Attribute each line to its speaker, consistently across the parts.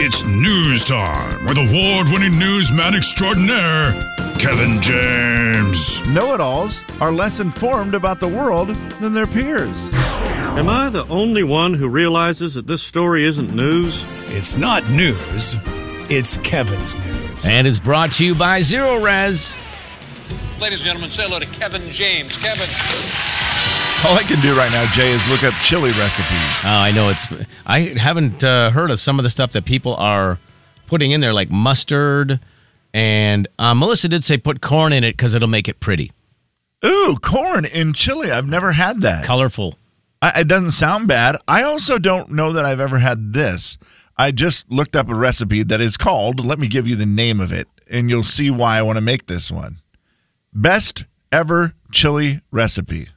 Speaker 1: It's news time with award winning newsman extraordinaire, Kevin James.
Speaker 2: Know it alls are less informed about the world than their peers.
Speaker 3: Am I the only one who realizes that this story isn't news?
Speaker 4: It's not news, it's Kevin's news.
Speaker 5: And it's brought to you by Zero Res.
Speaker 6: Ladies and gentlemen, say hello to Kevin James. Kevin.
Speaker 2: All I can do right now, Jay, is look up chili recipes.
Speaker 5: Oh, I know it's. I haven't uh, heard of some of the stuff that people are putting in there, like mustard. And uh, Melissa did say put corn in it because it'll make it pretty,
Speaker 2: Ooh, corn in chili. I've never had that.
Speaker 5: colorful.
Speaker 2: I, it doesn't sound bad. I also don't know that I've ever had this. I just looked up a recipe that is called, let me give you the name of it, and you'll see why I want to make this one. Best ever chili recipe.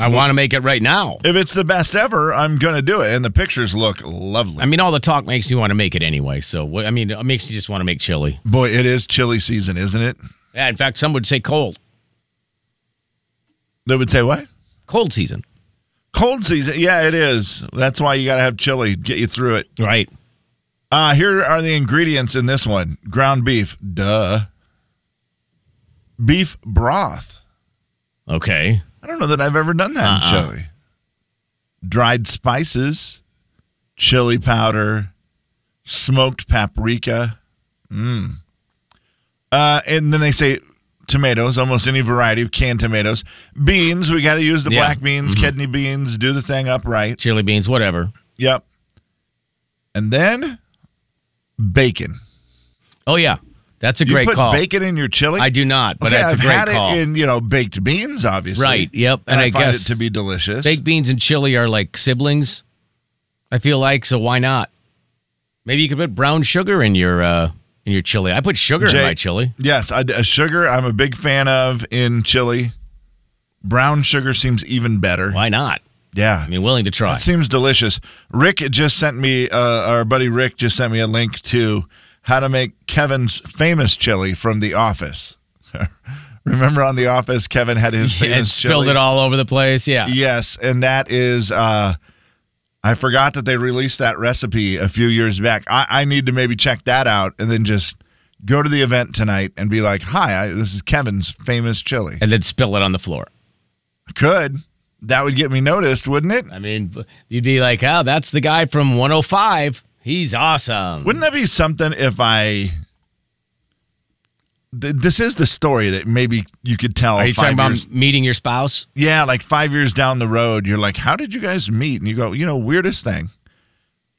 Speaker 5: I want to make it right now.
Speaker 2: If it's the best ever, I'm going to do it. And the pictures look lovely.
Speaker 5: I mean, all the talk makes me want to make it anyway. So, what, I mean, it makes you just want to make chili.
Speaker 2: Boy, it is chili season, isn't it?
Speaker 5: Yeah, in fact, some would say cold,
Speaker 2: They would say, what?
Speaker 5: cold season.
Speaker 2: Cold season. Yeah, it is. That's why you got to have chili, to get you through it.
Speaker 5: Right.
Speaker 2: Uh, here are the ingredients in this one ground beef, duh. Beef broth.
Speaker 5: Okay.
Speaker 2: I don't know that I've ever done that in
Speaker 5: Uh-uh.
Speaker 2: chili. Dried spices, chili powder, smoked paprika. Mmm. Uh, and then they say tomatoes, almost any variety of canned tomatoes. Beans, we got to use the
Speaker 5: Yeah. Mm-hmm.
Speaker 2: black beans, kidney beans, do the thing upright.
Speaker 5: Chili beans, whatever.
Speaker 2: Yep. And then bacon.
Speaker 5: Oh, yeah. That's a
Speaker 2: You
Speaker 5: great
Speaker 2: put
Speaker 5: call.
Speaker 2: bacon in your chili?
Speaker 5: I do not, but
Speaker 2: Okay,
Speaker 5: that's
Speaker 2: I've
Speaker 5: a great
Speaker 2: had
Speaker 5: call.
Speaker 2: it in you know baked beans, obviously.
Speaker 5: Right, yep,
Speaker 2: And,
Speaker 5: and
Speaker 2: I,
Speaker 5: I
Speaker 2: find
Speaker 5: guess
Speaker 2: it to be delicious.
Speaker 5: Baked beans and chili are like siblings. I feel like so. Why not? Maybe you could put brown sugar in your uh, in your chili. I put sugar
Speaker 2: Jay-
Speaker 5: in my chili.
Speaker 2: Yes, I, uh, sugar. I'm a big fan of in chili. Brown sugar seems even better.
Speaker 5: Why not?
Speaker 2: Yeah,
Speaker 5: I mean, willing to try.
Speaker 2: that seems delicious. Rick just sent me. Uh, our buddy Rick just sent me a link to how to make Kevin's famous chili from The Office. Remember on The Office, Kevin had his
Speaker 5: and
Speaker 2: famous
Speaker 5: spilled
Speaker 2: chili?
Speaker 5: it all over the place. Yeah.
Speaker 2: Yes, and that is uh I forgot that they released that recipe a few years back. I, I need to maybe check that out and then just go to the event tonight and be like, "Hi, I, this is Kevin's famous chili."
Speaker 5: and then spill it on the floor.
Speaker 2: Could that would get me noticed, wouldn't it?
Speaker 5: I mean, you'd be like, "Oh, that's the guy from 105. He's awesome."
Speaker 2: Wouldn't that be something if I? Th- this is the story that maybe you could tell.
Speaker 5: Are you
Speaker 2: five
Speaker 5: talking about
Speaker 2: years-
Speaker 5: meeting your spouse?
Speaker 2: Yeah, like five years down the road, you're like, how did you guys meet? And you go, you know, weirdest thing.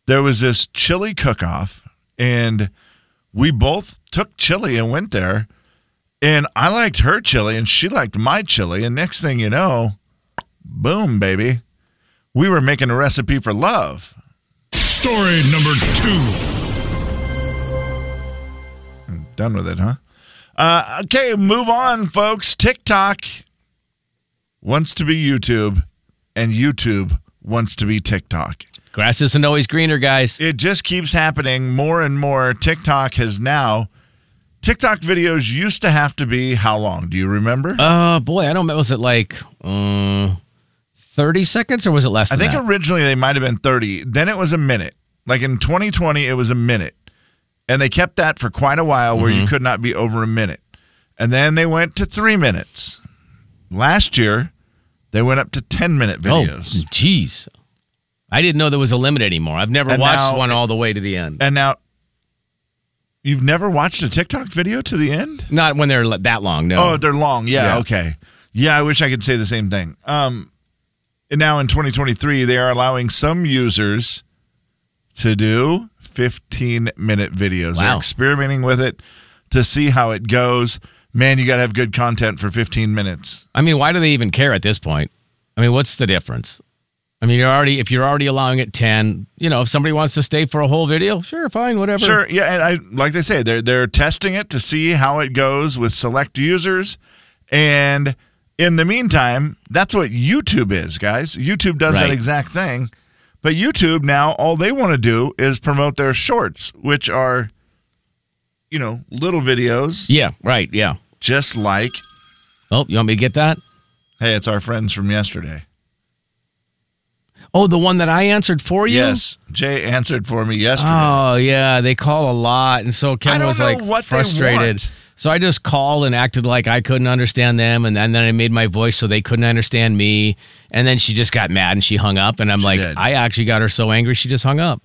Speaker 2: There was this chili cook off, and we both took chili and went there. And I liked her chili, and she liked my chili. And next thing you know, boom, baby, we were making a recipe for love.
Speaker 1: Story number two.
Speaker 2: Done with it, huh? Uh, okay, move on, folks. TikTok wants to be YouTube, and YouTube wants to be TikTok.
Speaker 5: Grass isn't always greener, guys.
Speaker 2: it just keeps happening more and more. TikTok has now. TikTok videos used to have to be how long? Do you remember?
Speaker 5: Uh, boy, I don't. know. Was it like uh, thirty seconds, or was it less?
Speaker 2: I
Speaker 5: Than
Speaker 2: think
Speaker 5: that?
Speaker 2: originally they might have been 30. Then it was a minute. Like in 2020, it was a minute. And they kept that for quite a while where you could not be over a minute. And then they went to three minutes. Last year, they went up to 10 minute videos.
Speaker 5: Oh, jeez. I didn't know there was a limit anymore. I've never
Speaker 2: And
Speaker 5: watched
Speaker 2: now-
Speaker 5: one all the way to the end.
Speaker 2: And now, you've never watched a TikTok video to the end?
Speaker 5: Not when they're li- that long, no.
Speaker 2: Oh, they're long. Yeah,
Speaker 5: Yeah.
Speaker 2: Okay. Yeah. I wish I could say the same thing. Um, and now in 2023, they are allowing some users to do 15 minute videos. They're
Speaker 5: Wow.
Speaker 2: experimenting with it to see how it goes. Man, you got to have good content for 15 minutes.
Speaker 5: I mean, why do they even care at this point? I mean, what's the difference? I mean, you're already if you're already allowing it 10, you know, if somebody wants to stay for a whole video, sure, fine, whatever.
Speaker 2: Sure. Yeah, and I like they say they're they're testing it to see how it goes with select users, and in the meantime, that's what YouTube is, guys. YouTube does that
Speaker 5: Right.
Speaker 2: exact thing, but YouTube now all they want to do is promote their shorts, which are, you know, little videos,
Speaker 5: Yeah, right, yeah.
Speaker 2: just like
Speaker 5: Oh, you want me to get that?
Speaker 2: hey, it's our friends from yesterday.
Speaker 5: Oh, the one that I answered for you?
Speaker 2: Yes, Jay answered for me yesterday.
Speaker 5: Oh yeah, they call a lot, and so
Speaker 2: I
Speaker 5: Ken
Speaker 2: don't
Speaker 5: was
Speaker 2: know
Speaker 5: like
Speaker 2: what they
Speaker 5: frustrated.
Speaker 2: want.
Speaker 5: So I just called and acted like I couldn't understand them, and then, then I made my voice so they couldn't understand me. And then she just got mad and she hung up. And I'm like,
Speaker 2: did.
Speaker 5: I actually got her so angry she just hung up.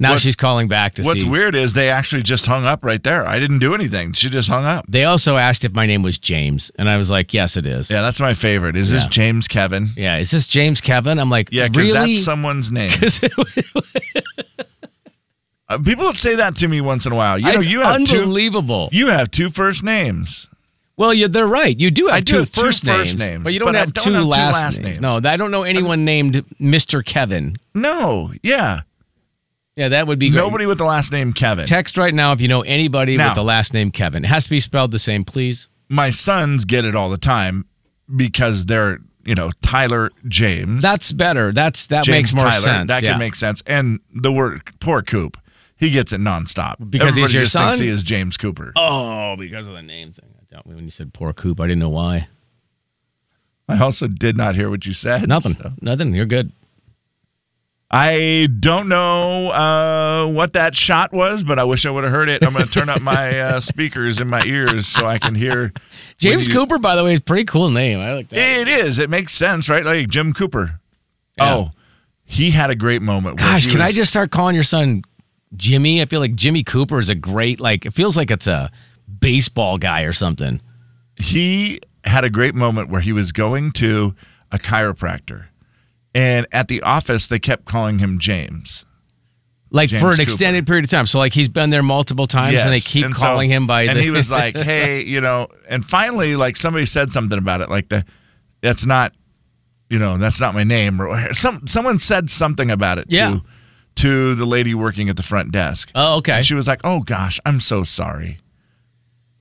Speaker 5: Now
Speaker 2: What's-
Speaker 5: she's calling back to
Speaker 2: What's
Speaker 5: see.
Speaker 2: weird is they actually just hung up right there. I didn't do anything. She just hung up.
Speaker 5: They also asked if my name was James, and I was like, Yes, it is.
Speaker 2: Yeah, that's my favorite. Is this
Speaker 5: Yeah.
Speaker 2: James Kevin?
Speaker 5: Yeah, is this James Kevin? I'm like,
Speaker 2: Yeah, because
Speaker 5: really?
Speaker 2: that's someone's name. Uh, people would say that to me once in a while. You know,
Speaker 5: It's
Speaker 2: you have two.
Speaker 5: unbelievable.
Speaker 2: You have two first names.
Speaker 5: Well, you're, they're right. You do have
Speaker 2: I do
Speaker 5: two
Speaker 2: have two first
Speaker 5: first names,
Speaker 2: names,
Speaker 5: but you
Speaker 2: but
Speaker 5: don't,
Speaker 2: I
Speaker 5: have,
Speaker 2: don't
Speaker 5: two
Speaker 2: have two
Speaker 5: last
Speaker 2: last names.
Speaker 5: names. No, I don't know anyone named Mr. Kevin.
Speaker 2: No, yeah,
Speaker 5: Yeah, that would be great.
Speaker 2: nobody with the last name Kevin.
Speaker 5: Text right now if you know anybody
Speaker 2: Now.
Speaker 5: with the last name Kevin. It has to be spelled the same, please.
Speaker 2: my sons get it all the time because they're you know Tyler James.
Speaker 5: That's better. That's that
Speaker 2: James
Speaker 5: makes more
Speaker 2: Tyler.
Speaker 5: sense.
Speaker 2: That
Speaker 5: yeah.
Speaker 2: can make sense. And the word poor Coop, he gets it nonstop
Speaker 5: Because he's
Speaker 2: Everybody
Speaker 5: your
Speaker 2: just thinks
Speaker 5: son?
Speaker 2: He is James Cooper.
Speaker 5: oh, because of the name thing. I thought when you said poor coop, I didn't know why.
Speaker 2: I also did not hear what you said.
Speaker 5: Nothing.
Speaker 2: so.
Speaker 5: Nothing. You're good.
Speaker 2: I don't know uh, what that shot was, but I wish I would have heard it. I'm going to turn up my uh, speakers in my ears so I can hear.
Speaker 5: James
Speaker 2: you-
Speaker 5: Cooper, by the way, is a pretty cool name. I like that.
Speaker 2: It is. It makes sense, right? Like Jim Cooper.
Speaker 5: Yeah.
Speaker 2: Oh, he had a great moment. where
Speaker 5: Gosh,
Speaker 2: he
Speaker 5: can I
Speaker 2: was-
Speaker 5: just start calling your son Jimmy? I feel like Jimmy Cooper is a great like it feels like it's a baseball guy or something.
Speaker 2: he had a great moment where he was going to a chiropractor and at the office they kept calling him james
Speaker 5: Like
Speaker 2: James
Speaker 5: for an
Speaker 2: Cooper.
Speaker 5: extended period of time. So like he's been there multiple times and they
Speaker 2: Yes.
Speaker 5: keep
Speaker 2: so-
Speaker 5: calling him by
Speaker 2: and
Speaker 5: the
Speaker 2: he was like hey you know and finally like somebody said something about it like the that's not you know that's not my name or some someone said something about it
Speaker 5: Yeah.
Speaker 2: to to the lady working at the front desk
Speaker 5: Oh, okay.
Speaker 2: And she was like, "Oh gosh, I'm so sorry,"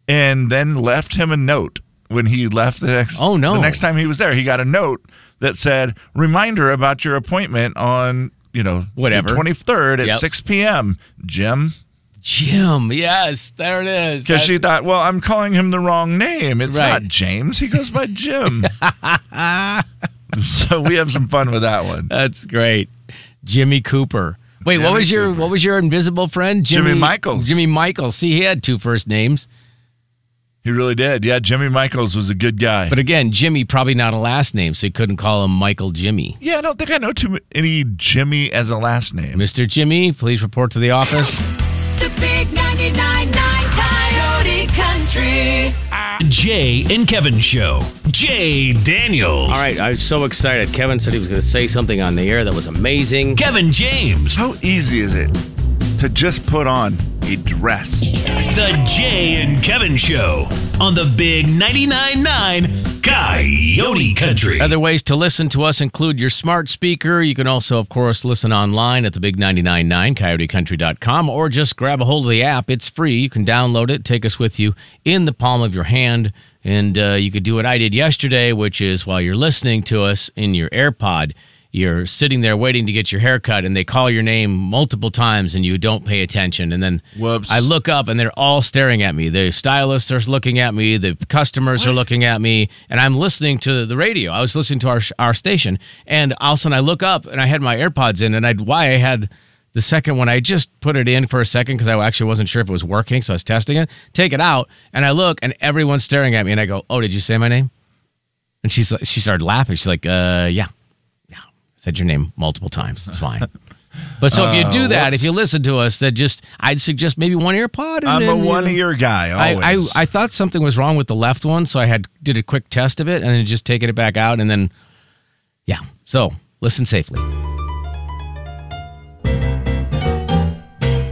Speaker 2: and then left him a note when he left the next.
Speaker 5: Oh, no.
Speaker 2: The next time he was there, he got a note that said, "Reminder about your appointment on you know
Speaker 5: Whatever.
Speaker 2: twenty third at
Speaker 5: Yep.
Speaker 2: six p.m. Jim."
Speaker 5: Jim, yes, there it is.
Speaker 2: Because
Speaker 5: That-
Speaker 2: she thought, well, I'm calling him the wrong name. It's
Speaker 5: Right.
Speaker 2: not James. He goes by Jim. so we have some fun with that one.
Speaker 5: That's great. Jimmy Cooper. Wait, what
Speaker 2: Jimmy
Speaker 5: was your
Speaker 2: Cooper.
Speaker 5: what was your invisible friend?
Speaker 2: Jimmy Michaels.
Speaker 5: Jimmy Michaels. See, he had two first names,
Speaker 2: He really did. Yeah, Jimmy Michaels was a good guy.
Speaker 5: but again, Jimmy probably not a last name, so he couldn't call him Michael Jimmy.
Speaker 2: yeah, I don't think I know too m- any Jimmy as a last name.
Speaker 5: Mr. Jimmy, please report to the office.
Speaker 7: The big 99.9 Coyote Country.
Speaker 4: Jay and Kevin Show. Jay Daniels.
Speaker 5: All right, I'm so excited. Kevin said he was going to say something on the air that was amazing.
Speaker 4: Kevin James.
Speaker 8: How easy is it to just put on a dress?
Speaker 4: The Jay and Kevin Show on the Big 99.9 9 Coyote Country.
Speaker 5: Other ways to listen to us include your smart speaker. You can also, of course, listen online at the big 999 coyotecountry.com or just grab a hold of the app. It's free. You can download it, take us with you in the palm of your hand. And uh, you could do what I did yesterday, which is while you're listening to us in your AirPod, you're sitting there waiting to get your haircut, and they call your name multiple times, and you don't pay attention. And then
Speaker 2: Whoops.
Speaker 5: I look up, and they're all staring at me. The stylists are looking at me, the customers are looking at me, and I'm listening to the radio. I was listening to our our station, and all of a sudden I look up, and I had my AirPods in, and I why I had the second one, I just put it in for a second because I actually wasn't sure if it was working, so I was testing it. Take it out, and I look, and everyone's staring at me, and I go, "Oh, did you say my name?" And she's like- she started laughing. She's like, "Uh, yeah." said your name multiple times. It's fine. But so if you
Speaker 2: Uh,
Speaker 5: do that, if you listen to us, that just I'd suggest maybe one AirPod. And
Speaker 2: I'm a
Speaker 5: then, you know,
Speaker 2: one ear guy.
Speaker 5: I, I
Speaker 2: Always.
Speaker 5: I thought something was wrong with the left one, so I had did a quick test of it and then just taken it back out and then yeah. So listen safely.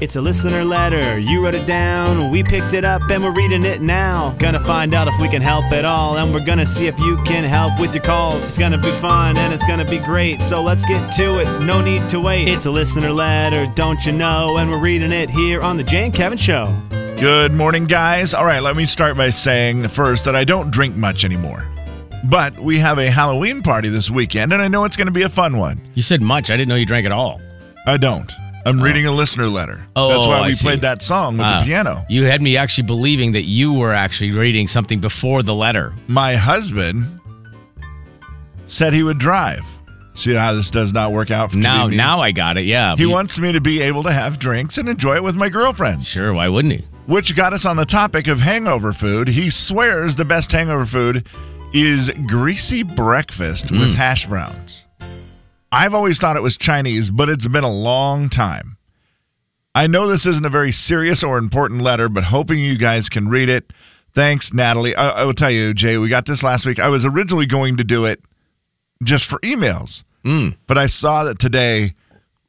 Speaker 9: It's a listener letter. You wrote it down. We picked it up and we're reading it now. Gonna find out if we can help at all. And we're gonna see if you can help with your calls. Oh, It's gonna be fun and it's gonna be great. So let's get to it. No need to wait. It's a listener letter, don't you know? And we're reading it here on The Jane Kevin Show.
Speaker 2: Good morning, guys. All right, let me start by saying first that I don't drink much anymore. But we have a Halloween party this weekend, and I know it's going to be a fun one.
Speaker 5: You said much. I didn't know you drank at all.
Speaker 2: I don't. I'm reading a listener letter.
Speaker 5: Oh,
Speaker 2: That's why
Speaker 5: I
Speaker 2: we
Speaker 5: see.
Speaker 2: played that song with
Speaker 5: Ah.
Speaker 2: the piano.
Speaker 5: You had me actually believing that you were actually reading something before the letter.
Speaker 2: My husband said he would drive. See how this does not work out for
Speaker 5: Now,
Speaker 2: TV?
Speaker 5: now I got it. Yeah.
Speaker 2: He
Speaker 5: We-
Speaker 2: wants me to be able to have drinks and enjoy it with my girlfriend,
Speaker 5: Sure. Why wouldn't he?
Speaker 2: which got us on the topic of hangover food. He swears the best hangover food is greasy breakfast with hash browns. I've always thought it was Chinese, but it's been a long time. I know this isn't a very serious or important letter, but hoping you guys can read it. Thanks, Natalie. I, I will tell you, Jay, we got this last week. I was originally going to do it just for emails, but I saw that today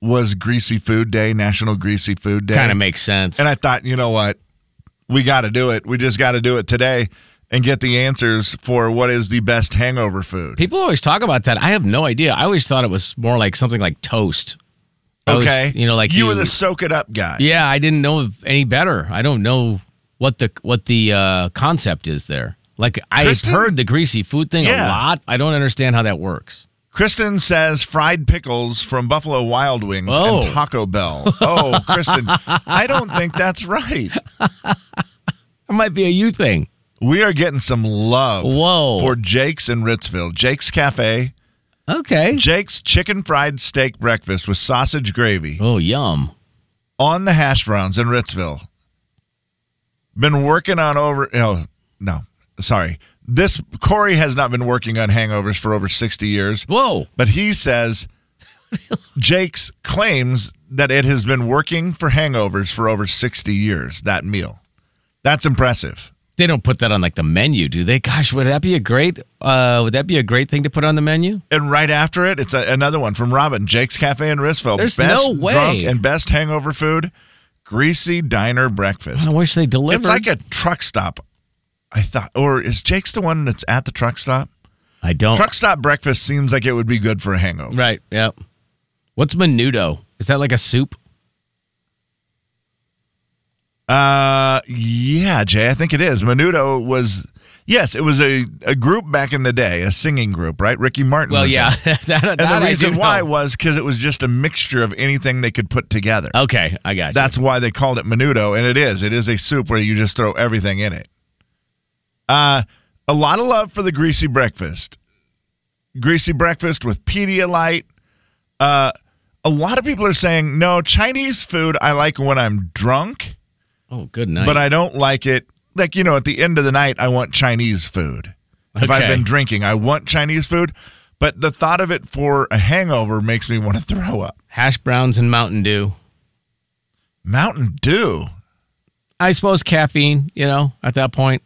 Speaker 2: was Greasy Food Day, National Greasy Food Day.
Speaker 5: Kind of makes sense.
Speaker 2: And I thought, you know what? We got to do it. We just got to do it today and get the answers for what is the best hangover food.
Speaker 5: People always talk about that. I have no idea. I always thought it was more like something like toast. Toast,
Speaker 2: Okay.
Speaker 5: you know, like
Speaker 2: you
Speaker 5: you-
Speaker 2: were the soak it up guy.
Speaker 5: Yeah, I didn't know of any better. I don't know what the what the uh, concept is there. Like I've
Speaker 2: Kristen-
Speaker 5: heard the greasy food thing
Speaker 2: Yeah.
Speaker 5: a lot. I don't understand how that works.
Speaker 2: Kristen says fried pickles from Buffalo Wild Wings
Speaker 5: Oh.
Speaker 2: and Taco Bell. Oh, Kristen, I don't think that's right.
Speaker 5: It might be a you thing.
Speaker 2: We are getting some love
Speaker 5: Whoa.
Speaker 2: for Jake's in Ritzville. Jake's Cafe,
Speaker 5: Okay.
Speaker 2: Jake's chicken fried steak breakfast with sausage gravy.
Speaker 5: Oh, yum.
Speaker 2: on the hash browns in Ritzville. Been working on over no no sorry. This Corey has not been working on hangovers for over sixty years,
Speaker 5: Whoa.
Speaker 2: but he says Jake's claims that it has been working for hangovers for over sixty years. That meal, that's impressive.
Speaker 5: They don't put that on like the menu, do they? Gosh, would that be a great uh would that be a great thing to put on the menu?
Speaker 2: And right after it, it's a, another one from Robin, Jake's Cafe in Ritzville.
Speaker 5: There's
Speaker 2: best
Speaker 5: no way.
Speaker 2: drunk and best hangover food, greasy diner breakfast.
Speaker 5: I wish they delivered.
Speaker 2: It's like a truck stop. I thought, or is Jake's the one that's at the truck stop?
Speaker 5: I don't
Speaker 2: Truck stop breakfast seems like it would be good for a hangover.
Speaker 5: Right, yep. What's menudo? Is that like a soup?
Speaker 2: Uh, yeah, Jay, I think it is. Menudo was, yes, it was a, a group back in the day, a singing group, right? Ricky Martin.
Speaker 5: Well,
Speaker 2: was
Speaker 5: yeah.
Speaker 2: in it.
Speaker 5: that, that
Speaker 2: And
Speaker 5: I
Speaker 2: the reason
Speaker 5: do
Speaker 2: why
Speaker 5: know.
Speaker 2: was because it was just a mixture of anything they could put together.
Speaker 5: Okay, I got you.
Speaker 2: That's why they called it menudo, and it is. It is a soup where you just throw everything in it. Uh, a lot of love for the greasy breakfast. Greasy breakfast with Pedialyte. Uh, a lot of people are saying, no, Chinese food I like when I'm drunk,
Speaker 5: Oh, good night.
Speaker 2: but I don't like it. Like, you know, at the end of the night, I want Chinese food. If I've
Speaker 5: Okay.
Speaker 2: been drinking, I want Chinese food, but the thought of it for a hangover makes me want to throw up.
Speaker 5: Hash browns and Mountain Dew.
Speaker 2: Mountain Dew.
Speaker 5: I suppose caffeine, you know, at that point.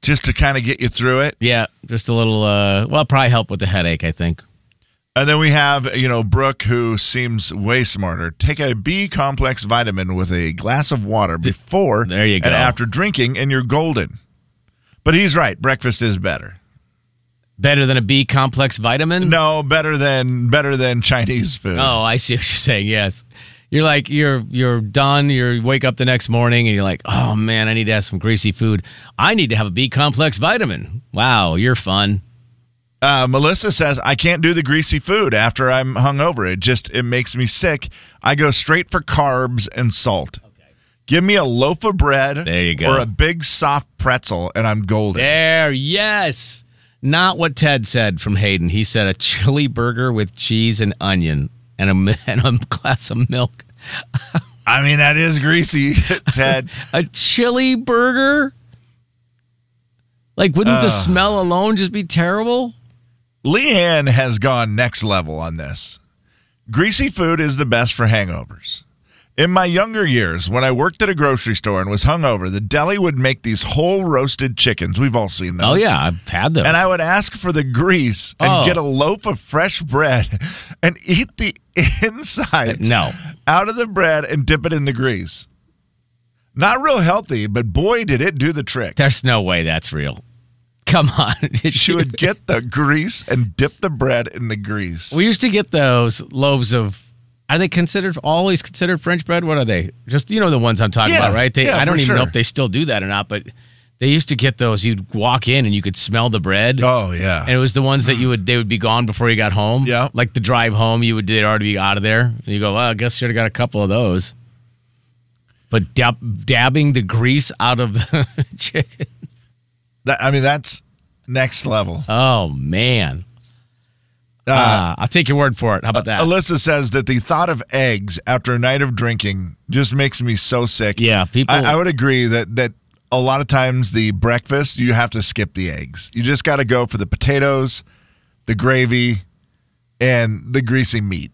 Speaker 2: Just to kind of get you through it.
Speaker 5: Yeah, just a little uh well probably help with the headache, I think.
Speaker 2: And then we have, you know, Brooke, who seems way smarter. Take a B complex vitamin with a glass of water before
Speaker 5: there you go.
Speaker 2: and after drinking, and you're golden. But he's right. Breakfast is better.
Speaker 5: Better than a B complex vitamin?
Speaker 2: No, better than better than Chinese food.
Speaker 5: Oh, I see what you're saying. Yes. You're like you're you're done, you wake up the next morning and you're like, "Oh man, I need to have some greasy food. I need to have a B complex vitamin." Wow, you're fun.
Speaker 2: Uh, Melissa says I can't do the greasy food after I'm hungover. It just it makes me sick. I go straight for carbs and salt. Give me a loaf of bread
Speaker 5: There you go.
Speaker 2: or a big soft pretzel, and I'm golden.
Speaker 5: There, yes. Not what Ted said from Hayden. He said a chili burger with cheese and onion and a, mi- and a glass of milk.
Speaker 2: I mean, that is greasy, Ted.
Speaker 5: A chili burger? Like, wouldn't the smell alone just be terrible?
Speaker 2: Leanne has gone next level on this. Greasy food is the best for hangovers. In my younger years, when I worked at a grocery store and was hungover, the deli would make these whole roasted chickens. We've all seen those.
Speaker 5: Oh, yeah, I've had them.
Speaker 2: And I would ask for the grease and
Speaker 5: Oh.
Speaker 2: get a loaf of fresh bread and eat the insides
Speaker 5: No.
Speaker 2: out of the bread and dip it in the grease. Not real healthy, but boy, did it do the trick.
Speaker 5: There's no way that's real. Come on. Did
Speaker 2: She
Speaker 5: you-
Speaker 2: would get the grease and dip the bread in the grease.
Speaker 5: we used to get those loaves of. Are they considered always considered French bread? What are they? Just you know the ones I'm talking
Speaker 2: Yeah,
Speaker 5: about, right? They,
Speaker 2: yeah,
Speaker 5: I don't
Speaker 2: for
Speaker 5: even know
Speaker 2: sure.
Speaker 5: if they still do that or not, but they used to get those. You'd walk in and you could smell the bread,
Speaker 2: Oh yeah.
Speaker 5: and it was the ones that you would they would be gone before you got home.
Speaker 2: Yeah.
Speaker 5: like the drive home, you would they'd already be out of there, and you go, well, I guess should have got a couple of those. But dab- dabbing the grease out of the chicken.
Speaker 2: That- I mean, that's next level.
Speaker 5: Oh man.
Speaker 2: Uh,
Speaker 5: Ah, I'll take your word for it. How about that?
Speaker 2: Alyssa says that the thought of eggs after a night of drinking just makes me so sick.
Speaker 5: Yeah, people-
Speaker 2: I, I would agree that that a lot of times the breakfast you have to skip the eggs. You just got to go for the potatoes, the gravy, and the greasy meat.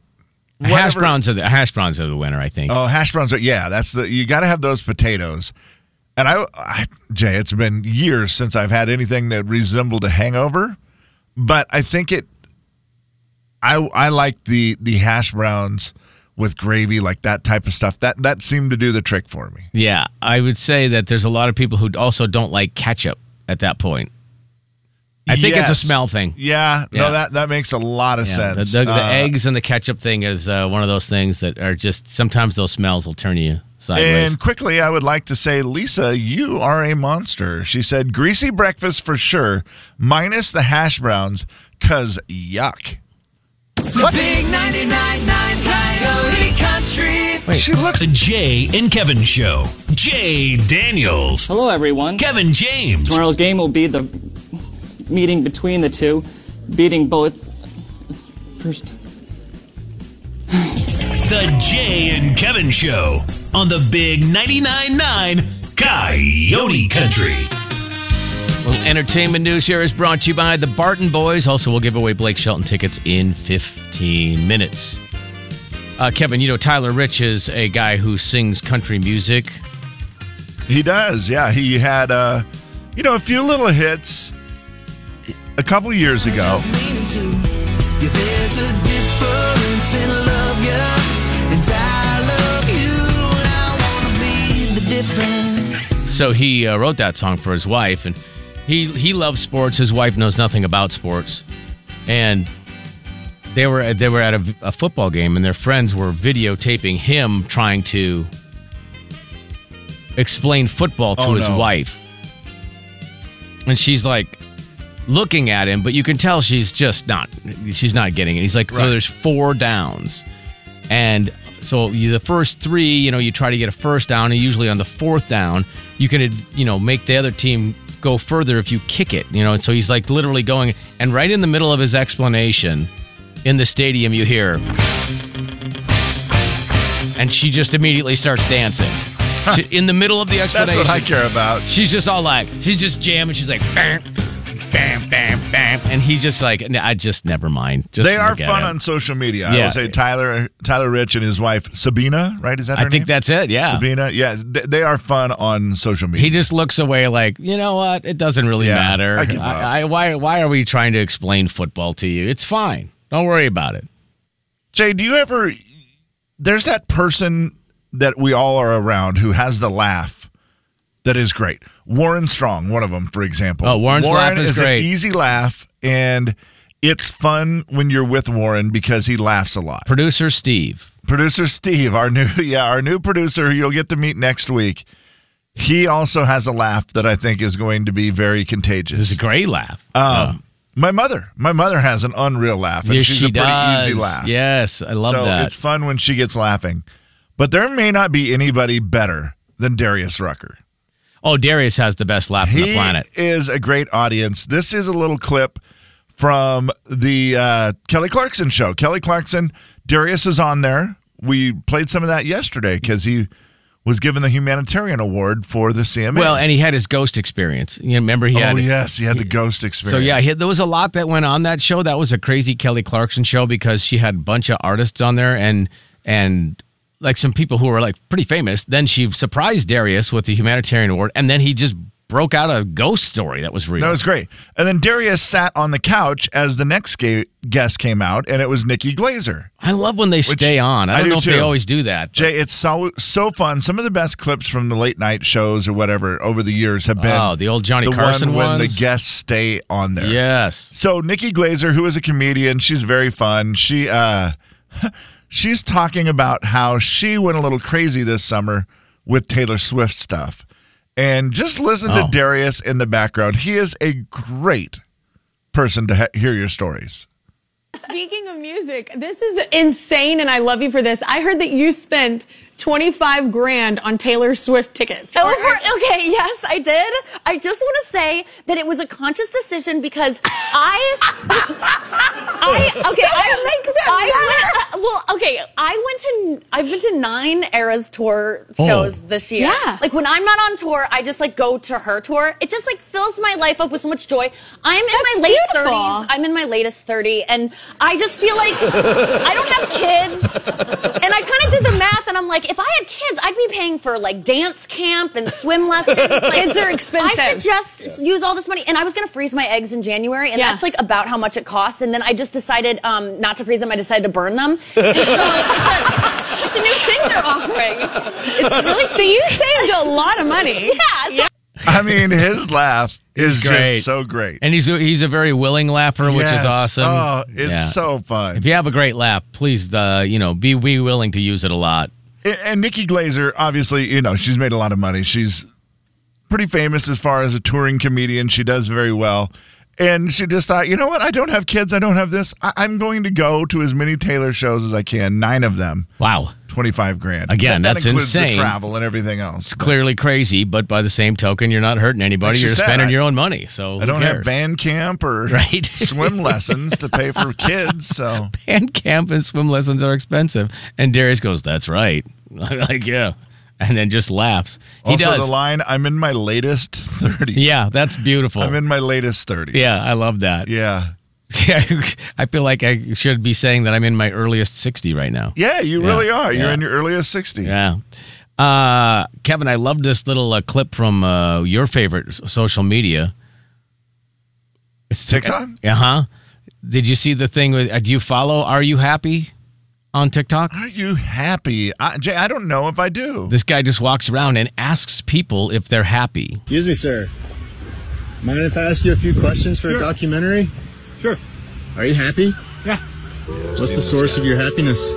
Speaker 5: hash
Speaker 2: Whatever-
Speaker 5: browns are the hash browns are the winner, I think.
Speaker 2: Oh, hash browns. Are, yeah, that's the you got to have those potatoes. And I, I, Jay, it's been years since I've had anything that resembled a hangover, but I think it. I I like the the hash browns with gravy, like that type of stuff. That that seemed to do the trick for me.
Speaker 5: Yeah, I would say that there's a lot of people who also don't like ketchup at that point. I think it's
Speaker 2: Yes.
Speaker 5: a smell thing.
Speaker 2: Yeah,
Speaker 5: Yeah.
Speaker 2: no, that that makes a lot of
Speaker 5: Yeah,
Speaker 2: sense.
Speaker 5: The, the, the
Speaker 2: Uh,
Speaker 5: eggs and the ketchup thing is uh, one of those things that are just sometimes those smells will turn you sideways.
Speaker 2: And quickly, I would like to say, Lisa, you are a monster. She said, greasy breakfast for sure, minus the hash browns, because yuck.
Speaker 7: The big 99.9 Coyote Country.
Speaker 2: She looks.
Speaker 4: The Jay and Kevin Show. Jay Daniels.
Speaker 10: Hello, everyone.
Speaker 4: Kevin James.
Speaker 10: Tomorrow's game will be the meeting between the two, beating both first.
Speaker 4: The Jay and Kevin Show on the Big 99.9 Coyote Country.
Speaker 5: Well, entertainment news here is brought to you by the Barton Boys. Also, we'll give away Blake Shelton tickets in 15 minutes. Uh, Kevin, you know, Tyler Rich is a guy who sings country music.
Speaker 2: He does, yeah. He had, uh, you know, a few little hits a couple years ago.
Speaker 5: So he uh, wrote that song for his wife, and he he loves sports. His wife knows nothing about sports, and they were they were at a, a football game, and their friends were videotaping him trying to explain football to
Speaker 2: Oh,
Speaker 5: his
Speaker 2: no.
Speaker 5: wife, and she's like looking at him, but you can tell she's just not she's not getting it. He's like, so
Speaker 2: Right.
Speaker 5: there's four downs. And so you, the first three, you know, you try to get a first down, and usually on the fourth down, you can, you know, make the other team go further if you kick it, you know. And so he's like literally going, and right in the middle of his explanation in the stadium, you hear, and she just immediately starts dancing. She- in the middle of the
Speaker 2: That's
Speaker 5: explanation,
Speaker 2: what I care about.
Speaker 5: she's just all like, she's just jamming. She's like, bam, bam, bam, bam. And he's just like, "N- I just, never mind. Just
Speaker 2: They are
Speaker 5: forget
Speaker 2: fun
Speaker 5: it."
Speaker 2: on social media. I
Speaker 5: Yeah.
Speaker 2: would say Tyler, Tyler Rich and his wife Sabina, right? Is that her
Speaker 5: I think
Speaker 2: name?
Speaker 5: that's it. Yeah.
Speaker 2: Sabina. Yeah, they, they are fun on social media.
Speaker 5: He just looks away like, you know what? It doesn't really
Speaker 2: Yeah,
Speaker 5: matter.
Speaker 2: I give up.
Speaker 5: I, why, why are we trying to explain football to you? It's fine. Don't worry about it.
Speaker 2: Jay, do you ever? There's that person that we all are around who has the laugh that is great. Warren Strong, one of them, for example.
Speaker 5: Oh, Warren's laugh is great.
Speaker 2: An easy laugh, and it's fun when you're with Warren because he laughs a lot.
Speaker 5: Producer Steve.
Speaker 2: Producer Steve, our new yeah, our new producer, who you'll get to meet next week. He also has a laugh that I think is going to be very contagious.
Speaker 5: This is a great laugh.
Speaker 2: um, My mother, my mother has an unreal laugh, and
Speaker 5: Yes,
Speaker 2: she's
Speaker 5: she
Speaker 2: a pretty
Speaker 5: does.
Speaker 2: easy laugh
Speaker 5: Yes, I love
Speaker 2: so
Speaker 5: that.
Speaker 2: it's fun when she gets laughing. But there may not be anybody better than Darius Rucker.
Speaker 5: oh, Darius has the best laugh on the
Speaker 2: He
Speaker 5: planet.
Speaker 2: is a great audience. This is a little clip from the uh, Kelly Clarkson show. Kelly Clarkson, Darius is on there. We played some of that yesterday because he was given the humanitarian award for the CMA.
Speaker 5: Well, and he had his ghost experience. You remember he
Speaker 2: oh
Speaker 5: had
Speaker 2: yes, he had the ghost experience.
Speaker 5: So yeah, he- there was a lot that went on that show. That was a crazy Kelly Clarkson show because she had a bunch of artists on there and and like some people who were like pretty famous. Then she surprised Darius with the humanitarian award, and then he just broke out a ghost story that was real.
Speaker 2: That was great. And then Darius sat on the couch as the next ga- guest came out, and it was Nikki Glazer.
Speaker 5: I love when they stay on. I
Speaker 2: I
Speaker 5: don't
Speaker 2: do
Speaker 5: know if they
Speaker 2: too.
Speaker 5: always do that. but-
Speaker 2: Jay, it's so so fun. Some of the best clips from the late night shows or whatever over the years have been.
Speaker 5: Oh, the old Johnny
Speaker 2: the
Speaker 5: Carson
Speaker 2: one when
Speaker 5: ones?
Speaker 2: the guests stay on there.
Speaker 5: yes.
Speaker 2: So Nikki Glazer, who is a comedian, she's very fun. She uh, she's talking about how she went a little crazy this summer with Taylor Swift stuff, and just listen
Speaker 5: Oh.
Speaker 2: to Darius in the background. He is a great person to ha- hear your stories.
Speaker 11: Speaking of music, this is insane, and I love you for this. I heard that you spent 25 grand on Taylor Swift tickets.
Speaker 12: Oh, for- okay, yes, I did. I just want to say that it was a conscious decision because I, I okay,
Speaker 11: That
Speaker 12: I
Speaker 11: doesn't make them
Speaker 12: I went, uh, well, okay, I went to I've been to nine Eras tour shows
Speaker 11: Oh.
Speaker 12: this year.
Speaker 11: Yeah.
Speaker 12: like when I'm not on tour, I just like go to her tour. It just like fills my life up with so much joy. I'm in
Speaker 11: That's
Speaker 12: my late
Speaker 11: beautiful.
Speaker 12: 30s. I'm in my latest 30, and I just feel like I don't have kids. And I kind of did the math, and I'm like, if I had kids, I'd be paying for like dance camp and swim lessons. Like,
Speaker 11: Kids are expensive.
Speaker 12: I should just use all this money. And I was gonna freeze my eggs in January, and
Speaker 11: Yeah.
Speaker 12: that's like about how much it costs. And then I just decided um, not to freeze them. I decided to burn them. And so it's, a, it's a new thing they're offering. It's really
Speaker 11: So you saved a lot of money.
Speaker 12: Yeah. So
Speaker 2: I mean, his laugh is
Speaker 5: great.
Speaker 2: just so great.
Speaker 5: And he's a, he's a very willing laugher, which
Speaker 2: Yes.
Speaker 5: is awesome.
Speaker 2: Oh, it's so fun.
Speaker 5: If you have a great laugh, please, uh, you know, be be willing to use it a lot.
Speaker 2: A- And Nikki Glazer, obviously, you know, she's made a lot of money. She's pretty famous as far as a touring comedian. She does very well. And she just thought, you know what? I don't have kids. I don't have this. I- I'm going to go to as many Taylor shows as I can, nine of them.
Speaker 5: Wow.
Speaker 2: 25 grand.
Speaker 5: Again,
Speaker 2: that
Speaker 5: that's
Speaker 2: includes
Speaker 5: insane.
Speaker 2: the travel and everything else.
Speaker 5: It's clearly crazy, but by the same token, you're not hurting anybody.
Speaker 2: Like she
Speaker 5: you're
Speaker 2: said,
Speaker 5: spending
Speaker 2: I-
Speaker 5: your own money. So
Speaker 2: I
Speaker 5: who
Speaker 2: don't have
Speaker 5: cares?
Speaker 2: band camp or
Speaker 5: Right.
Speaker 2: swim lessons to pay for kids. So
Speaker 5: band camp and swim lessons are expensive. And Darius goes, "That's right." I'm like, "Yeah," and then just laughs. He
Speaker 2: also
Speaker 5: does.
Speaker 2: the line, I'm in my latest 30s.
Speaker 5: yeah, that's beautiful.
Speaker 2: I'm in my latest 30s.
Speaker 5: yeah, I love that.
Speaker 2: Yeah.
Speaker 5: I feel like I should be saying that I'm in my earliest 60 right now.
Speaker 2: Yeah, you really are. You're
Speaker 5: yeah.
Speaker 2: in your earliest 60.
Speaker 5: Yeah. Uh, Kevin, I love this little uh, clip from uh, your favorite s- social media. It's
Speaker 2: TikTok?
Speaker 5: Uh huh. Did you see the thing with, uh, do you follow Are You Happy on TikTok?
Speaker 2: Are you happy? I, Jay, I don't know if I do.
Speaker 5: This guy just walks around and asks people if they're happy.
Speaker 13: Excuse me, sir. Mind if I ask you a few questions for a documentary? Sure. Are you happy? Yeah. What's the source of your happiness?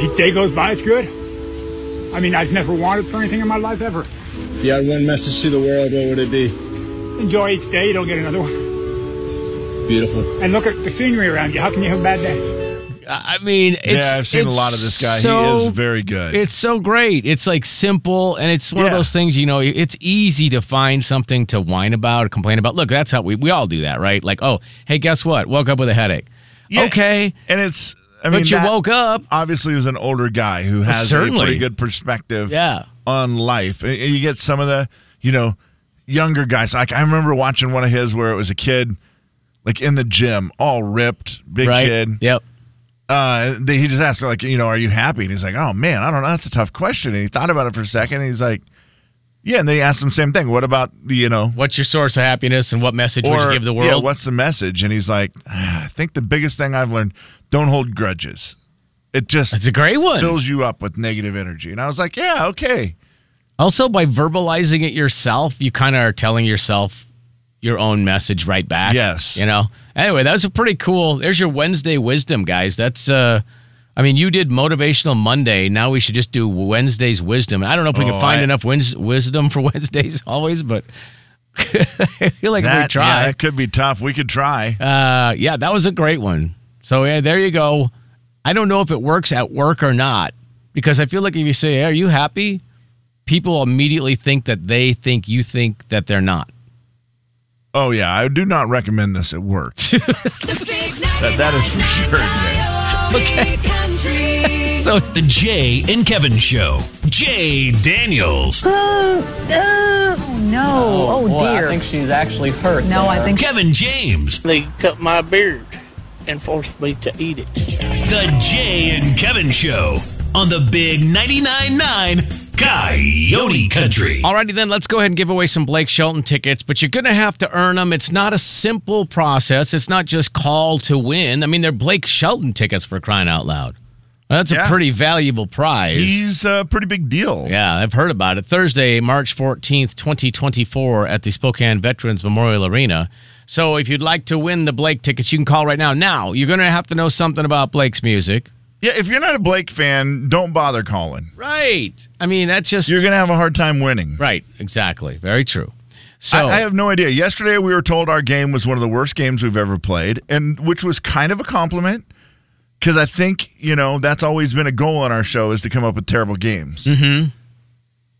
Speaker 14: Each day goes by, it's good. I mean, I've never wanted for anything in my life ever.
Speaker 13: If you had one message to the world, what would it be?
Speaker 14: Enjoy each day, you don't get another one.
Speaker 13: Beautiful.
Speaker 14: And look at the scenery around you. How can you have a bad day?
Speaker 5: I mean, it's,
Speaker 2: yeah, I've seen a
Speaker 5: it's
Speaker 2: lot of this guy. he
Speaker 5: so-
Speaker 2: is very good.
Speaker 5: It's so great. It's like simple, and it's one of
Speaker 2: Yeah.
Speaker 5: those things. You know, it's easy to find something to whine about or complain about. Look, that's how we we all do that, right? Like, oh, hey, guess what? Woke up with a headache. Okay,
Speaker 2: and it's. I
Speaker 5: But
Speaker 2: mean,
Speaker 5: you
Speaker 2: that
Speaker 5: woke up.
Speaker 2: Obviously, is an older guy who has
Speaker 5: Certainly.
Speaker 2: a pretty good perspective.
Speaker 5: Yeah.
Speaker 2: on life, And- and you get some of the you know younger guys. Like I remember watching one of his where it was a kid, like in the gym, all ripped, big
Speaker 5: Right.
Speaker 2: kid.
Speaker 5: Yep.
Speaker 2: Uh, they, he just asked like, you know, are you happy? And he's like, oh man, I don't know. That's a tough question. And he thought about it for a second. And he's like, yeah. And they asked him the same thing. What about you know
Speaker 5: What's your source of happiness, and what message would you give the world?
Speaker 2: yeah, what's the message? And he's like, "Ah, I think the biggest thing I've learned: don't hold grudges. It just
Speaker 5: It's a great one.
Speaker 2: fills you up with negative energy. And I was like, yeah, okay,
Speaker 5: Also, by verbalizing it yourself, you kind of are telling yourself your own message right back.
Speaker 2: Yes.
Speaker 5: You know. Anyway, that was a pretty cool. There's your Wednesday wisdom, guys. That's uh I mean, you did motivational Monday. Now we should just do Wednesday's wisdom. I don't know if we
Speaker 2: Oh,
Speaker 5: can find
Speaker 2: I-
Speaker 5: enough wins- wisdom for Wednesdays always, but I feel like we
Speaker 2: that, yeah,
Speaker 5: try.
Speaker 2: that could be tough. We could try.
Speaker 5: Uh, yeah, that was a great one. So yeah, there you go. I don't know if it works at work or not because I feel like if you say, hey, "Are you happy?" people immediately think that they think you think that they're not.
Speaker 2: Oh yeah, I do not recommend this at work. that, that is for sure. Jay.
Speaker 5: Okay.
Speaker 4: So the Jay and Kevin Show. Jay Daniels.
Speaker 15: Oh, no. Oh, dear. I think she's actually hurt. No, I think
Speaker 4: Kevin James.
Speaker 15: They cut my beard and forced me to eat it.
Speaker 4: The Jay and Kevin Show on the Big 99.9 9 Coyote Country.
Speaker 5: Alrighty then, let's go ahead and give away some Blake Shelton tickets, but you're gonna have to earn them. It's not a simple process. It's not just call to win. I mean, they're Blake Shelton tickets for crying out loud. That's a
Speaker 2: Yeah.
Speaker 5: pretty valuable prize.
Speaker 2: He's a pretty big deal.
Speaker 5: Yeah, I've heard about it. Thursday, March 14th, 2024, at the Spokane Veterans Memorial Arena. So if you'd like to win the Blake tickets, you can call right now. Now, you're going to have to know something about Blake's music.
Speaker 2: Yeah, if you're not a Blake fan, don't bother calling.
Speaker 5: Right. I mean, that's just.
Speaker 2: You're gonna have a hard time winning.
Speaker 5: Right, exactly. Very true. So,
Speaker 2: I, I have no idea. Yesterday, we were told our game was one of the worst games we've ever played, and which was kind of a compliment because I think you know that's always been a goal on our show is to come up with terrible games. Mm-hmm.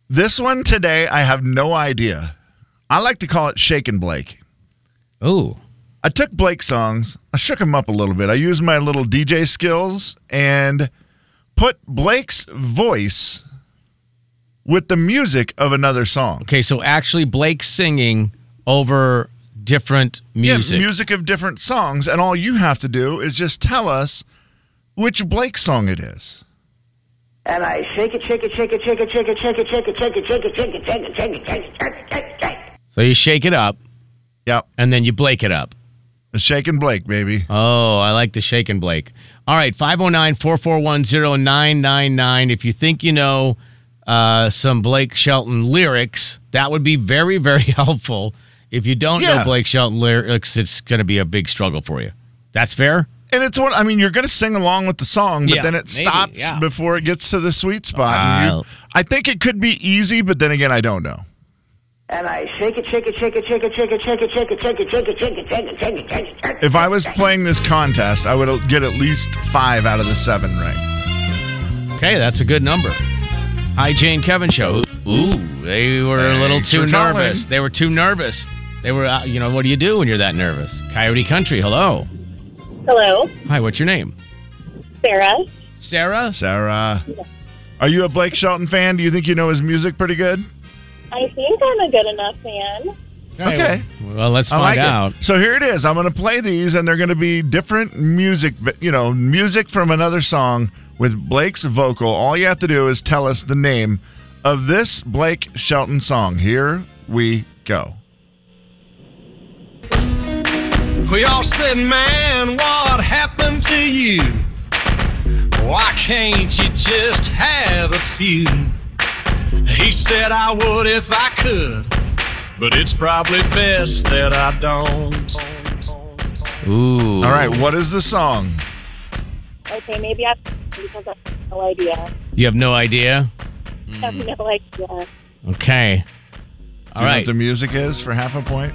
Speaker 2: This one today, I have no idea. I like to call it Shake and Blake.
Speaker 5: Ooh.
Speaker 2: I took Blake songs, I shook him up a little bit. I used my little DJ skills and put Blake's voice with the music of another song.
Speaker 5: Okay, so actually Blake singing over different music.
Speaker 2: Yeah, music of different songs, and all you have to do is just tell us which Blake song it is.
Speaker 16: And I shake it, shake it, shake it, shake it, shake it, shake it, shake it, shake it, shake it, shake it, shake it, shake it, shake it, shake it, shake it, shake it.
Speaker 5: So you shake it up.
Speaker 2: Yep.
Speaker 5: And then you Blake it up.
Speaker 2: The shake and Blake, baby.
Speaker 5: Oh, I like the shake and Blake. All right, 509-441-0999. If you think you know uh, some Blake Shelton lyrics, that would be very, very helpful. If you don't know
Speaker 2: Yeah.
Speaker 5: Blake Shelton lyrics, it's going to be a big struggle for you. That's fair?
Speaker 2: And it's what I mean. You're going to sing along with the song, but
Speaker 5: Yeah,
Speaker 2: then it
Speaker 5: maybe,
Speaker 2: stops
Speaker 5: yeah.
Speaker 2: before it gets to the sweet spot. And you-
Speaker 5: Wow.
Speaker 2: I think it could be easy, but then again, I don't know.
Speaker 16: And I shake it, shake it, shake it, shake it, shake it, shake it, shake it, shake it, shake it, shake it, shake it, shake it, shake it, shake it.
Speaker 2: If I was playing this contest, I would get at least five out of the seven right.
Speaker 5: Okay, that's a good number. Hi, Jane Kevin Show. Ooh, they were a little
Speaker 2: Thanks
Speaker 5: too
Speaker 2: for calling.
Speaker 5: nervous. They were too nervous. They were, uh, you know, what do you do when you're that nervous? Coyote Country, hello.
Speaker 17: Hello,
Speaker 5: Hi, what's your name?
Speaker 17: Sarah.
Speaker 5: Sarah?
Speaker 2: Sarah. Are you a Blake Shelton fan? Do you think you know his music pretty good?
Speaker 17: I think I'm a good enough fan.
Speaker 2: Okay.
Speaker 5: Well, let's
Speaker 2: I
Speaker 5: find
Speaker 2: like it.
Speaker 5: out.
Speaker 2: So here it is. I'm going to play these, and they're going to be different music, but, you know, music from another song with Blake's vocal. All you have to do is tell us the name of this Blake Shelton song. Here we go.
Speaker 18: We all said, man, what happened to you? Why can't you just have a few? He said I would if I could, but it's probably best that I don't.
Speaker 5: Ooh.
Speaker 2: All right. What is the song?
Speaker 17: Okay, maybe I because I have no idea.
Speaker 5: You have no idea?
Speaker 17: I have
Speaker 5: Hmm.
Speaker 17: no idea.
Speaker 5: Okay.
Speaker 2: Do
Speaker 5: All
Speaker 2: you know what
Speaker 5: right.
Speaker 2: the music is for half a point?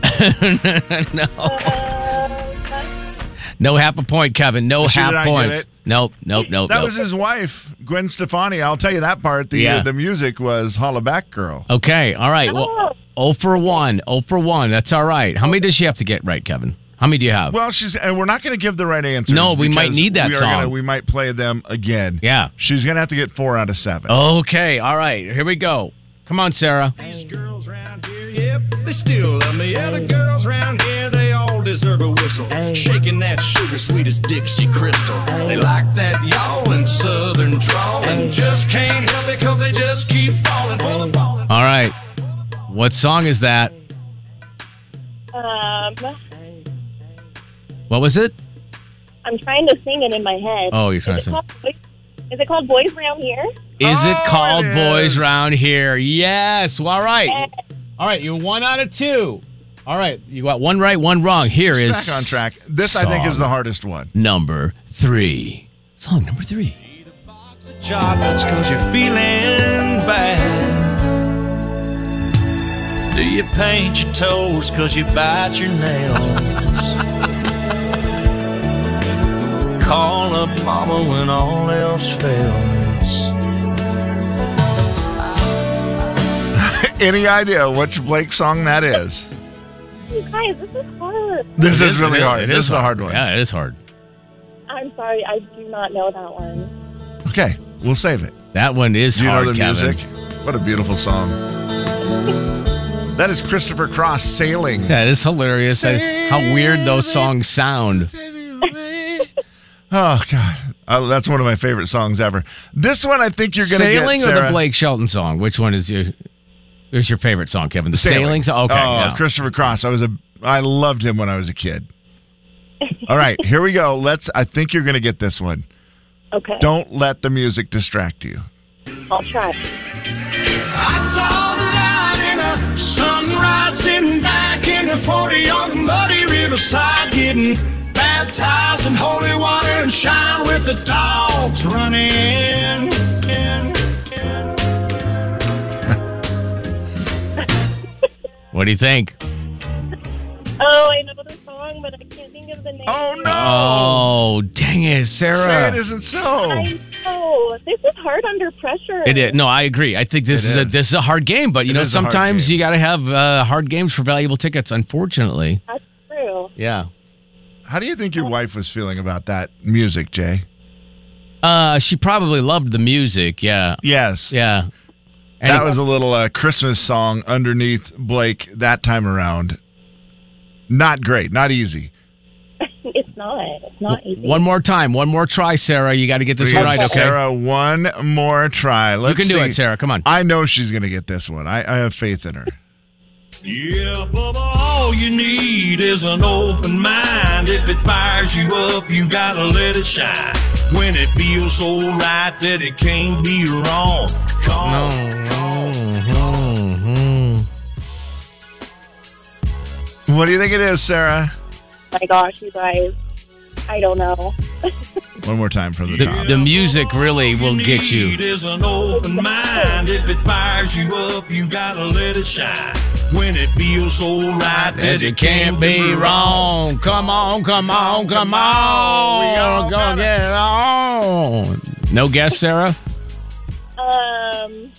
Speaker 5: No half a point, Kevin. No
Speaker 2: She did
Speaker 5: half
Speaker 2: not get
Speaker 5: points.
Speaker 2: it.
Speaker 5: Nope, nope, nope.
Speaker 2: that
Speaker 5: nope.
Speaker 2: was his wife, Gwen Stefani. I'll tell you that part. The
Speaker 5: Yeah.
Speaker 2: the music was Holla Back Girl.
Speaker 5: Okay. All right. Well, 0 for 1. 0 for 1. That's all right. How many does she have to get right, Kevin? How many do you have?
Speaker 2: Well, she's and we're not going to give the right answers.
Speaker 5: No, we might
Speaker 2: because
Speaker 5: need that
Speaker 2: we are
Speaker 5: song.
Speaker 2: Gonna, we might play them again.
Speaker 5: Yeah.
Speaker 2: She's going to have to get four out of seven.
Speaker 5: okay. All right. Here we go. Come on, Sarah.
Speaker 18: Yep, they still love me. Yeah, the girls round here, they all deserve a whistle. Shaking that sugar sweet as Dixie Crystal. They like that y'all and southern drawl and just can't help it cause they just keep falling for the ball.
Speaker 5: All right. What song is that?
Speaker 17: Um,
Speaker 5: What was it?
Speaker 17: I'm trying to sing it in my head.
Speaker 5: Oh, you're trying
Speaker 17: Is
Speaker 5: to
Speaker 17: it
Speaker 5: sing.
Speaker 17: called Boys- Is it called Boys Round Here?
Speaker 5: Is it called
Speaker 2: Oh,
Speaker 5: Boys Round Here? Yes. All right. All right. You're one out of two. All right. You got one right, one wrong. Here
Speaker 2: She's
Speaker 5: is
Speaker 2: back on track. This, I think, is the
Speaker 5: song
Speaker 2: hardest one.
Speaker 5: Number three. Song number three.
Speaker 18: Chocolates cause you're feeling bad. Do you paint your toes cause you bite your nails? Call up mama when all else fails.
Speaker 2: Any idea which Blake song that is?
Speaker 17: You guys, this is hard.
Speaker 2: This
Speaker 5: It
Speaker 2: is really
Speaker 5: it
Speaker 2: hard.
Speaker 5: it
Speaker 2: This is a hard one.
Speaker 5: Yeah, it is hard.
Speaker 17: I'm sorry, I do not know that one.
Speaker 2: Okay, we'll save it.
Speaker 5: That one is
Speaker 2: Do you
Speaker 5: hard,
Speaker 2: know the
Speaker 5: Kevin.
Speaker 2: music? What a beautiful song. that is Christopher Cross sailing.
Speaker 5: That is hilarious. That- how weird those songs sound.
Speaker 2: Oh God, Oh, that's one of my favorite songs ever. This one, I think you're going to get.
Speaker 5: Sailing or the
Speaker 2: Sarah.
Speaker 5: Blake Shelton song? Which one is your is your favorite song, Kevin? The sailing, song? Okay.
Speaker 2: Oh,
Speaker 5: yeah.
Speaker 2: Christopher Cross. I was a. I loved him when I was a kid. All right, here we go. Let's. I think you're going to get this one.
Speaker 17: Okay.
Speaker 2: Don't let the music distract you.
Speaker 17: I'll try.
Speaker 18: I saw the light in a sunrise sitting back in the 40 on the muddy riverside getting baptized in holy water and shine with the dogs running.
Speaker 5: What do you think?
Speaker 17: Oh, I know the song, but I can't think of the name.
Speaker 2: Oh
Speaker 5: Oh, dang it, Sarah.
Speaker 2: Say it isn't so.
Speaker 17: I know. This is hard under pressure.
Speaker 5: It is. No, I agree. I think this is, a this is a hard game, but you know
Speaker 2: is a hard
Speaker 5: sometimes you got to have uh, hard games for valuable tickets. Unfortunately,
Speaker 17: That's true.
Speaker 5: yeah.
Speaker 2: How do you think your wife was feeling about that music, Jay?
Speaker 5: Uh, she probably loved the music. Yeah.
Speaker 2: Yes.
Speaker 5: Yeah. And
Speaker 2: that
Speaker 5: it-
Speaker 2: was a little uh, Christmas song underneath Blake that time around. Not great, not easy.
Speaker 17: It's not. It's not easy.
Speaker 5: One more time, one more try, Sarah. You got to get this one right. Okay.
Speaker 2: Sarah, one more try. Let's
Speaker 5: can do
Speaker 2: see.
Speaker 5: it, Sarah. Come on.
Speaker 2: I know she's going to get this one. I, I have faith in her.
Speaker 18: Yeah, Bubba, all you need is an open mind. If it fires you up, you gotta let it shine. When it feels so right that it can't be wrong.
Speaker 5: No, no, no.
Speaker 2: What do you think it is, Sarah?
Speaker 17: my gosh, you guys. I don't know.
Speaker 2: One more time from the
Speaker 5: The,
Speaker 2: top.
Speaker 5: the music really will get you.
Speaker 18: Need is an open mind. If it fires you up, you gotta let it shine. When it feels so right that it can't be wrong.
Speaker 5: Come on, come on, come on. We all go get it on. No guess, Sarah?
Speaker 17: Um,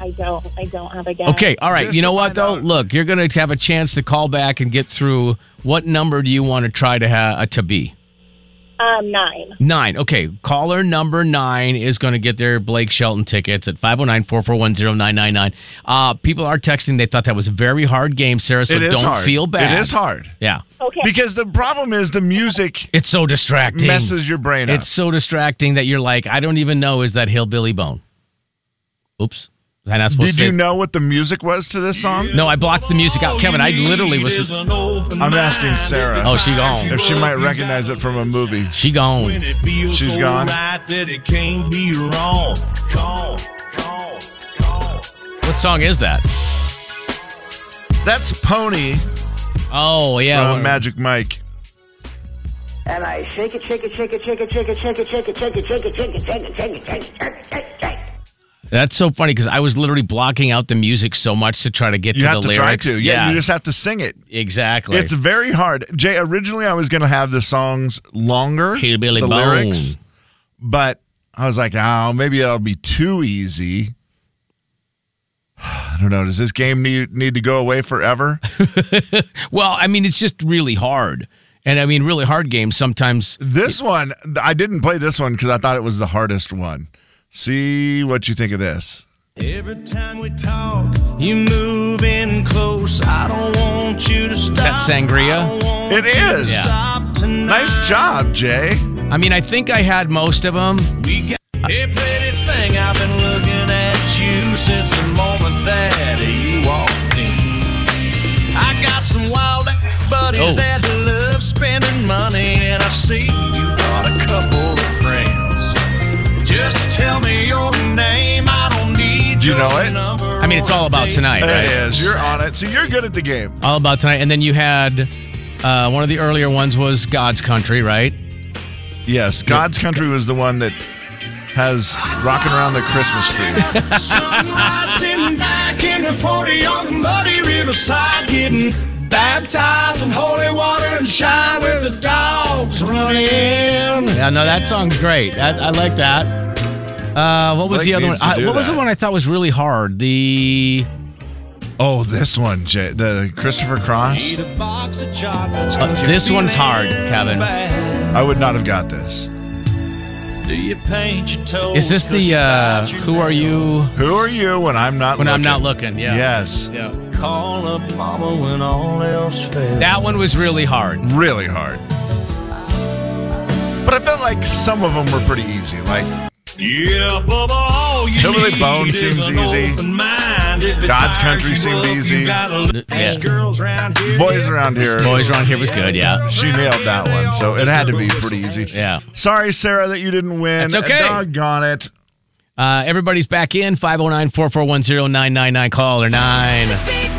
Speaker 17: I don't. I don't have a guess.
Speaker 5: Okay, all right. You know what, though? Look, you're going to have a chance to call back and get through. What number do you want to try to, ha- uh, to be?
Speaker 17: Um, nine.
Speaker 5: Nine. Okay. Caller number nine is going to get their Blake Shelton tickets at 509 441 999. Uh, People are texting. They thought that was a very hard game, Sarah, so
Speaker 2: it is
Speaker 5: don't
Speaker 2: hard.
Speaker 5: feel bad.
Speaker 2: It is hard.
Speaker 5: Yeah.
Speaker 17: Okay.
Speaker 2: Because the problem is the music
Speaker 5: It's so distracting.
Speaker 2: messes your brain up.
Speaker 5: It's so distracting that you're like, I don't even know is that hillbilly bone. Oops. Was I not supposed
Speaker 2: Did
Speaker 5: to say-
Speaker 2: you know Oh, what the music was to this song?
Speaker 5: No, I blocked the music out. Kevin, I literally was
Speaker 2: I'm asking Sarah.
Speaker 5: Oh, she gone.
Speaker 2: If she might recognize it from a movie.
Speaker 5: She gone.
Speaker 2: She's
Speaker 18: so
Speaker 2: gone.
Speaker 18: Right that it can't be wrong. Call, call, call.
Speaker 5: What song is that?
Speaker 2: That's Pony
Speaker 5: Oh, yeah.
Speaker 2: from Magic Mike.
Speaker 16: And I shake it, shake it, shake it, shake it, shake it, shake it, shake it, shake it, shake it, shake it, shake it, shake it, shake it, shake it, shake it, shake it.
Speaker 5: That's so funny because I was literally blocking out the music so much to try to get
Speaker 2: You
Speaker 5: to
Speaker 2: have
Speaker 5: the
Speaker 2: to
Speaker 5: lyrics.
Speaker 2: try to. Yeah, you just have to sing it.
Speaker 5: exactly.
Speaker 2: It's very hard. Jay, originally I was going to have the songs longer,
Speaker 5: Hillbilly
Speaker 2: the
Speaker 5: Bone.
Speaker 2: lyrics, but I was like, oh, maybe that'll be too easy. I don't know. Does this game need, need to go away forever?
Speaker 5: well, I mean, it's just really hard. And I mean, really hard games sometimes.
Speaker 2: This one, I didn't play this one because I thought it was the hardest one. See what you think of this.
Speaker 18: Every time we talk, you move in close. I don't want you to stop.
Speaker 5: That's Sangria.
Speaker 2: It is.
Speaker 5: Yeah.
Speaker 18: Stop tonight.
Speaker 2: Nice job, Jay.
Speaker 5: I mean, I think I had most of them.
Speaker 18: We got hey, pretty thing. I've been looking at you since the moment that you walked in. I got some wild buddies
Speaker 5: Oh.
Speaker 18: that love spending money, and I see you got a couple of friends. Just tell me your name. I don't need
Speaker 2: Do you
Speaker 18: your
Speaker 2: know it?
Speaker 18: number.
Speaker 5: I mean, it's all about tonight, right?
Speaker 2: It is. You're on it. See, you're good at the game.
Speaker 5: All about tonight. And then you had uh, one of the earlier ones was God's Country, right?
Speaker 2: Yes, God's Country was the one that has rocking around the Christmas tree.
Speaker 18: Sunrise sitting back in the 40 on the muddy riverside, getting baptized in holy water and shine with the dogs running.
Speaker 5: Yeah, no, that song's great. That, I like that. Uh, what was
Speaker 2: Blake
Speaker 5: the other one?
Speaker 2: needs to
Speaker 5: I,
Speaker 2: do
Speaker 5: what was
Speaker 2: that.
Speaker 5: the one I thought was really hard? The
Speaker 2: Oh, this one, Jay, the Christopher Cross.
Speaker 18: a box of chocolates.
Speaker 5: Uh, this one's hard, Kevin.
Speaker 2: I would not have got this.
Speaker 18: Do you paint your toes?
Speaker 5: is this the uh, Who Are You
Speaker 2: Who are you when I'm not?
Speaker 5: When I'm
Speaker 2: looking?
Speaker 5: Not Looking? Yeah.
Speaker 2: Yes,
Speaker 5: Yeah.
Speaker 18: Call up mama when all else fails.
Speaker 5: That one was really hard.
Speaker 2: really hard. But I felt like some of them were pretty easy. Like
Speaker 18: Yeah, Bubba, all you
Speaker 2: Hillbilly
Speaker 18: need
Speaker 2: Bone
Speaker 18: is
Speaker 2: seems
Speaker 18: an
Speaker 2: easy.
Speaker 18: open mind. If it
Speaker 2: God's
Speaker 18: fires
Speaker 2: Country
Speaker 18: you
Speaker 2: seemed
Speaker 18: up, you
Speaker 2: easy.
Speaker 18: gotta let
Speaker 5: Yeah.
Speaker 18: these girls round here
Speaker 2: Boys
Speaker 18: get
Speaker 2: Around Here.
Speaker 5: Boys Around Here was good, yeah.
Speaker 2: She nailed that one, so it had to be pretty easy.
Speaker 5: Yeah.
Speaker 2: Sorry, Sarah, that you didn't win.
Speaker 5: That's okay.
Speaker 2: Doggone it.
Speaker 5: oh Uh, everybody's back in 509 441 999. Call or 9.
Speaker 7: Big